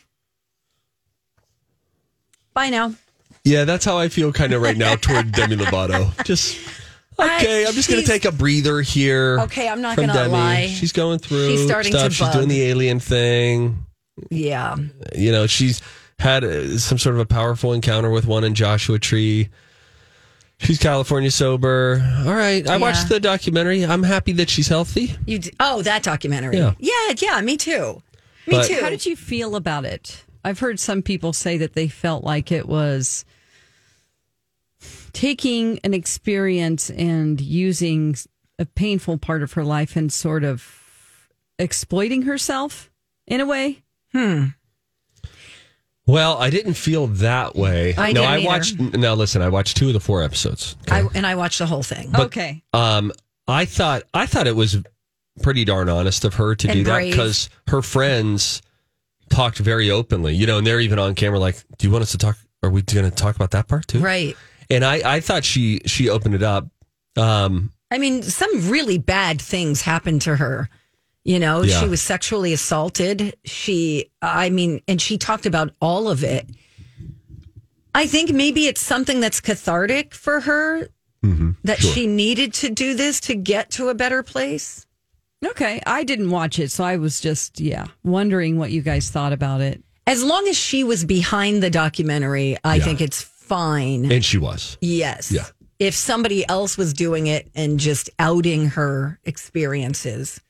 Speaker 1: Bye now.
Speaker 2: Yeah, that's how I feel kind of right now
Speaker 1: (laughs)
Speaker 2: toward Demi Lovato. Just okay.
Speaker 1: I-
Speaker 2: I'm just going to
Speaker 1: she's-
Speaker 2: take a breather here.
Speaker 1: Okay, I'm not
Speaker 2: from
Speaker 1: gonna
Speaker 2: Demi.
Speaker 1: lie.
Speaker 2: She's going through.
Speaker 1: She's starting to
Speaker 2: stuff. She's
Speaker 1: bug.
Speaker 2: doing the alien thing.
Speaker 1: Yeah.
Speaker 2: You know, she's had uh, some sort of a powerful encounter with one in Joshua Tree. She's California sober. All right, I watched
Speaker 1: Yeah.
Speaker 2: the documentary. I'm happy that she's healthy.
Speaker 1: You d- Oh, that documentary.
Speaker 2: Yeah.
Speaker 1: Yeah, yeah, me too. Me
Speaker 2: But-
Speaker 1: too.
Speaker 3: How did you feel about it? I've heard some people say that they felt like it was taking an experience and using a painful part of her life and sort of exploiting herself in a way.
Speaker 2: Well, I didn't feel that way.
Speaker 1: I
Speaker 2: no,
Speaker 1: didn't
Speaker 2: I
Speaker 1: either.
Speaker 2: watched. Now listen, I watched two of the four episodes.
Speaker 1: I, and I watched the whole thing.
Speaker 3: okay.
Speaker 2: Um, I thought I thought it was pretty darn honest of her to
Speaker 1: And
Speaker 2: do that
Speaker 1: brave.
Speaker 2: because her friends talked very openly, you know, and they're even on camera like, "Do you want us to talk? Are we going to talk about that part too?"
Speaker 1: Right.
Speaker 2: And I I thought she she opened it up. Um,
Speaker 1: I mean, some really bad things happened to her. You know,
Speaker 2: Yeah.
Speaker 1: she was sexually assaulted. She, I mean, and she talked about all of it. I think maybe it's something that's cathartic for her
Speaker 2: Mm-hmm.
Speaker 1: that she needed to do this to get to a better place.
Speaker 3: Okay, I didn't watch it, so I was just yeah wondering what you guys thought about it.
Speaker 1: As long as she was behind the documentary, I
Speaker 2: Yeah.
Speaker 1: think it's fine.
Speaker 2: And she was.
Speaker 1: yes.
Speaker 2: Yeah.
Speaker 1: If somebody else was doing it and just outing her experiences,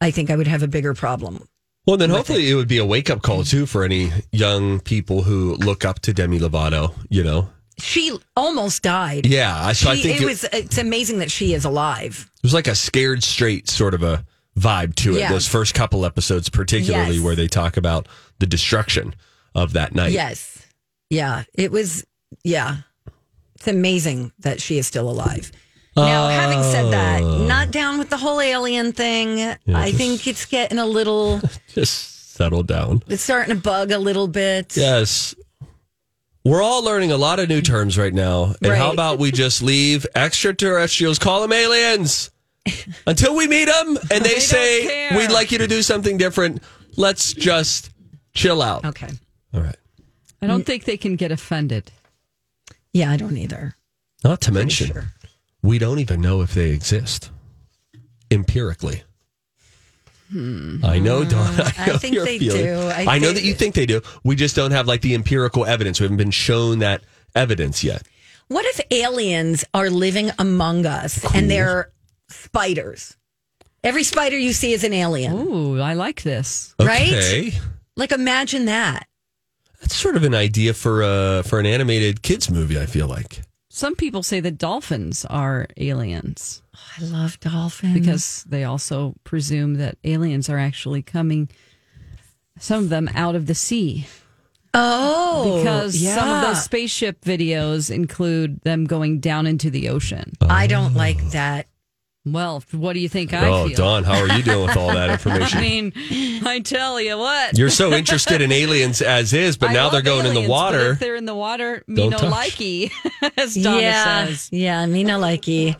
Speaker 1: I think I would have a bigger problem.
Speaker 2: Well, then hopefully it would be a wake up
Speaker 1: Mm.
Speaker 2: call too for any young people who look up to Demi Lovato. You know,
Speaker 1: She almost died.
Speaker 2: Yeah, so I
Speaker 1: She-
Speaker 2: think
Speaker 1: it
Speaker 2: it-
Speaker 1: was. It's amazing that she is alive.
Speaker 2: there's like a scared straight sort of a vibe to it.
Speaker 1: Yeah.
Speaker 2: Those first couple episodes, particularly
Speaker 1: Yes.
Speaker 2: where they talk about the destruction of that night.
Speaker 1: Yes. Yeah. It was, yeah. It's amazing that she is still alive. Now, having said that,
Speaker 2: Oh.
Speaker 1: not down with the whole alien thing. I
Speaker 2: just-
Speaker 1: think it's getting a little,
Speaker 2: Just settle down.
Speaker 1: it's starting to bug a little bit.
Speaker 2: Yes. We're all learning a lot of new terms right now. And how
Speaker 1: Right. (laughs)
Speaker 2: about we just leave extraterrestrials, call them aliens until we meet them
Speaker 1: (laughs)
Speaker 2: and they say,
Speaker 1: care.
Speaker 2: we'd like you to do something different. Let's just chill out.
Speaker 1: Okay.
Speaker 2: All right.
Speaker 3: I don't think they can get offended.
Speaker 1: Yeah, I don't either.
Speaker 2: Not to mention, we don't even know if they exist empirically.
Speaker 3: Hmm.
Speaker 2: I know, Don. I,
Speaker 1: I
Speaker 2: know
Speaker 1: think
Speaker 2: your
Speaker 1: they
Speaker 2: feeling.
Speaker 1: do.
Speaker 2: I,
Speaker 1: I
Speaker 2: know
Speaker 1: think-
Speaker 2: that you think they do. We just don't have like the empirical evidence. We haven't been shown that evidence yet.
Speaker 1: What if aliens are living among us and they're spiders? Every spider you see is an alien,
Speaker 3: Ooh, I like this.
Speaker 1: right?
Speaker 2: Okay.
Speaker 1: Like, imagine that.
Speaker 2: That's sort of an idea for uh for an animated kids movie. I feel like
Speaker 3: Some people say that dolphins are aliens
Speaker 1: I love dolphins.
Speaker 3: because they also presume that aliens are actually coming. Some of them out of the sea
Speaker 1: oh,
Speaker 3: because some of
Speaker 1: yeah.
Speaker 3: those spaceship videos include them going down into the ocean.
Speaker 1: I don't like that.
Speaker 3: Well, what do you think I
Speaker 2: oh,
Speaker 3: feel?
Speaker 2: Don, how are you doing with all that information?
Speaker 3: (laughs) I mean, I tell you what.
Speaker 2: You're so interested in aliens as is, but
Speaker 3: I
Speaker 2: now they're
Speaker 3: love
Speaker 2: going in
Speaker 3: aliens,
Speaker 2: the
Speaker 3: but
Speaker 2: water.
Speaker 3: if they're in the water, me
Speaker 2: Don't
Speaker 3: no
Speaker 2: touch.
Speaker 3: likey, (laughs) as Donna
Speaker 1: yeah,
Speaker 3: says.
Speaker 1: Yeah, Nina Likey.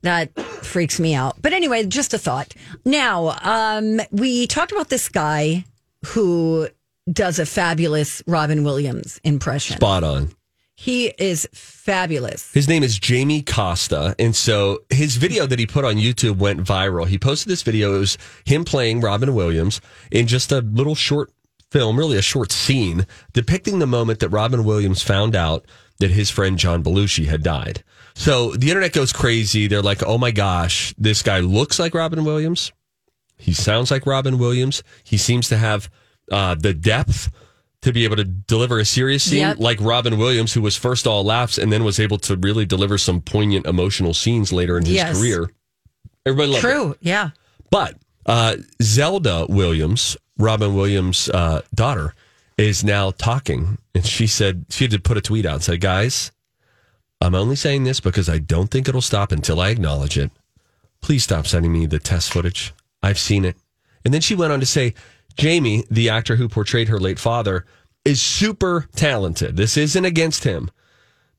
Speaker 1: That freaks me out. But anyway, just a thought. Now, um, we talked about this guy who does a fabulous Robin Williams impression.
Speaker 2: Spot on.
Speaker 1: He is fabulous.
Speaker 2: His name is Jamie Costa. And so his video that he put on YouTube went viral. He posted this video. It was him playing Robin Williams in just a little short film, really a short scene, depicting the moment that Robin Williams found out that his friend John Belushi had died. So the internet goes crazy. They're like, oh my gosh, this guy looks like Robin Williams. He sounds like Robin Williams. He seems to have uh, the depth to be able to deliver a serious scene
Speaker 1: Yep.
Speaker 2: like Robin Williams, who was first all laughs and then was able to really deliver some poignant emotional scenes later in his
Speaker 1: Yes.
Speaker 2: career. Everybody loved it.
Speaker 1: True. Yeah.
Speaker 2: But uh, Zelda Williams, Robin Williams' uh, daughter, is now talking. And she said, she had to put a tweet out and say, guys, I'm only saying this because I don't think it'll stop until I acknowledge it. Please stop sending me the test footage. I've seen it. And then she went on to say, Jamie, the actor who portrayed her late father, is super talented. This isn't against him.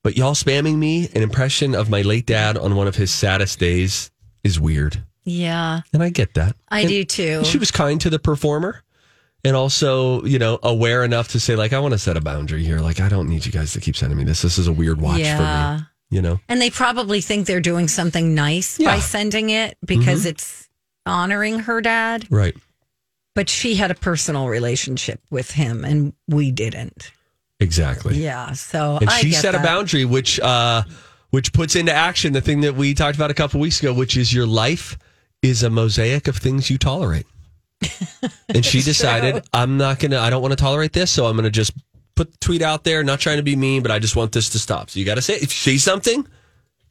Speaker 2: But y'all spamming me an impression of my late dad on one of his saddest days is weird.
Speaker 1: Yeah.
Speaker 2: And I get that.
Speaker 1: I
Speaker 2: And
Speaker 1: do too.
Speaker 2: She was kind to the performer and also, you know, aware enough to say, like, I want to set a boundary here. Like, I don't need you guys to keep sending me this. This is a weird watch
Speaker 1: Yeah.
Speaker 2: for me. You know?
Speaker 1: And they probably think they're doing something nice by
Speaker 2: Yeah. Mm-hmm.
Speaker 1: sending it because it's honoring her dad.
Speaker 2: Right.
Speaker 1: But she had a personal relationship with him and we didn't.
Speaker 2: Exactly.
Speaker 1: Yeah. So
Speaker 2: And
Speaker 1: I
Speaker 2: she
Speaker 1: get
Speaker 2: set a
Speaker 1: that.
Speaker 2: boundary, which uh which puts into action the thing that we talked about a couple weeks ago, which is your life is a mosaic of things
Speaker 1: (laughs)
Speaker 2: you tolerate. and she decided, I'm not gonna I don't want to tolerate this, so I'm gonna just put the tweet out there, not trying to be mean, but I just want this to stop. So you gotta say if you see something,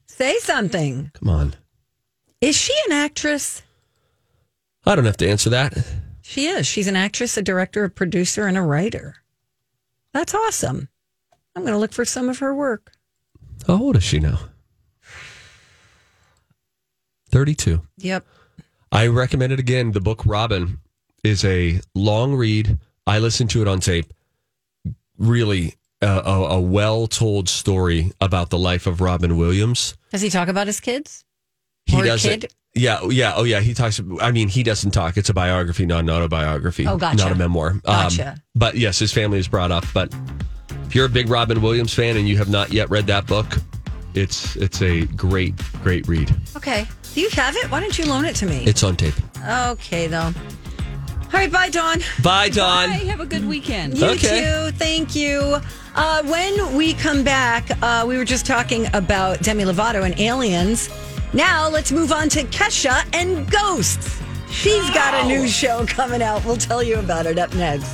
Speaker 1: Say something.
Speaker 2: come on.
Speaker 1: Is she an actress?
Speaker 2: I don't have to answer that.
Speaker 1: She is. She's an actress, a director, a producer, and a writer. That's awesome. I'm going to look for some of her work.
Speaker 2: How old is she now? 32.
Speaker 1: Yep.
Speaker 2: I recommend it again. The book Robin is a long read. I listened to it on tape. Really uh, a, a well told story about the life of Robin Williams.
Speaker 1: Does he talk about his kids?
Speaker 2: He
Speaker 1: Or a
Speaker 2: doesn't.
Speaker 1: kid?
Speaker 2: Yeah, yeah, oh yeah. He talks. I mean, he doesn't talk. It's a biography, not an autobiography.
Speaker 1: Oh, gotcha.
Speaker 2: Not a memoir. Um,
Speaker 1: Gotcha.
Speaker 2: but yes, his family is brought up. But If you're a big Robin Williams fan and you have not yet read that book, it's it's a great great read.
Speaker 1: Okay. Do you have it? Why don't you loan it to me?
Speaker 2: It's on tape.
Speaker 1: okay, though. All right, bye, Dawn.
Speaker 2: Bye, Dawn.
Speaker 3: Bye. Have a good weekend.
Speaker 1: You
Speaker 2: Okay.
Speaker 1: too. Thank you. Uh, when we come back, uh, we were just talking about Demi Lovato and aliens. Now let's move on to Kesha and ghosts. She's got a new show coming out. We'll tell you about it up next.